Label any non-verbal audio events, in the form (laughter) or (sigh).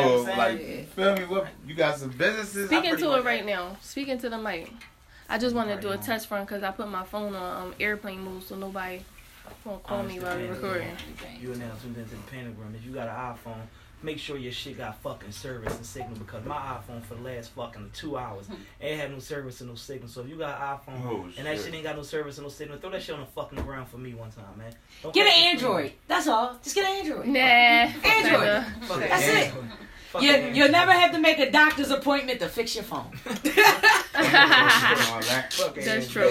Like, feel me? What you got some businesses? I Speaking pretty to much- it right now. Speaking to the mic. I just wanted to do a test run because I put my phone on um, airplane mode so nobody won't call me while we're recording. You are now tuned into the panic room. If you got an iPhone, make sure your shit got fucking service and signal because my iPhone for the last fucking two hours Hmm. ain't had no service and no signal. So if you got an iPhone Oh, and that shit. shit ain't got no service and no signal, throw that shit on the fucking ground for me one time, man. Don't Get fuck an with me. Android. That's all. Just get an Android. Nah. Android. Fuck an That's it. Android. Fuck an You, Android. you'll never have to make a doctor's appointment to fix your phone. Shit on that. (laughs) Fuck an That's Android. true.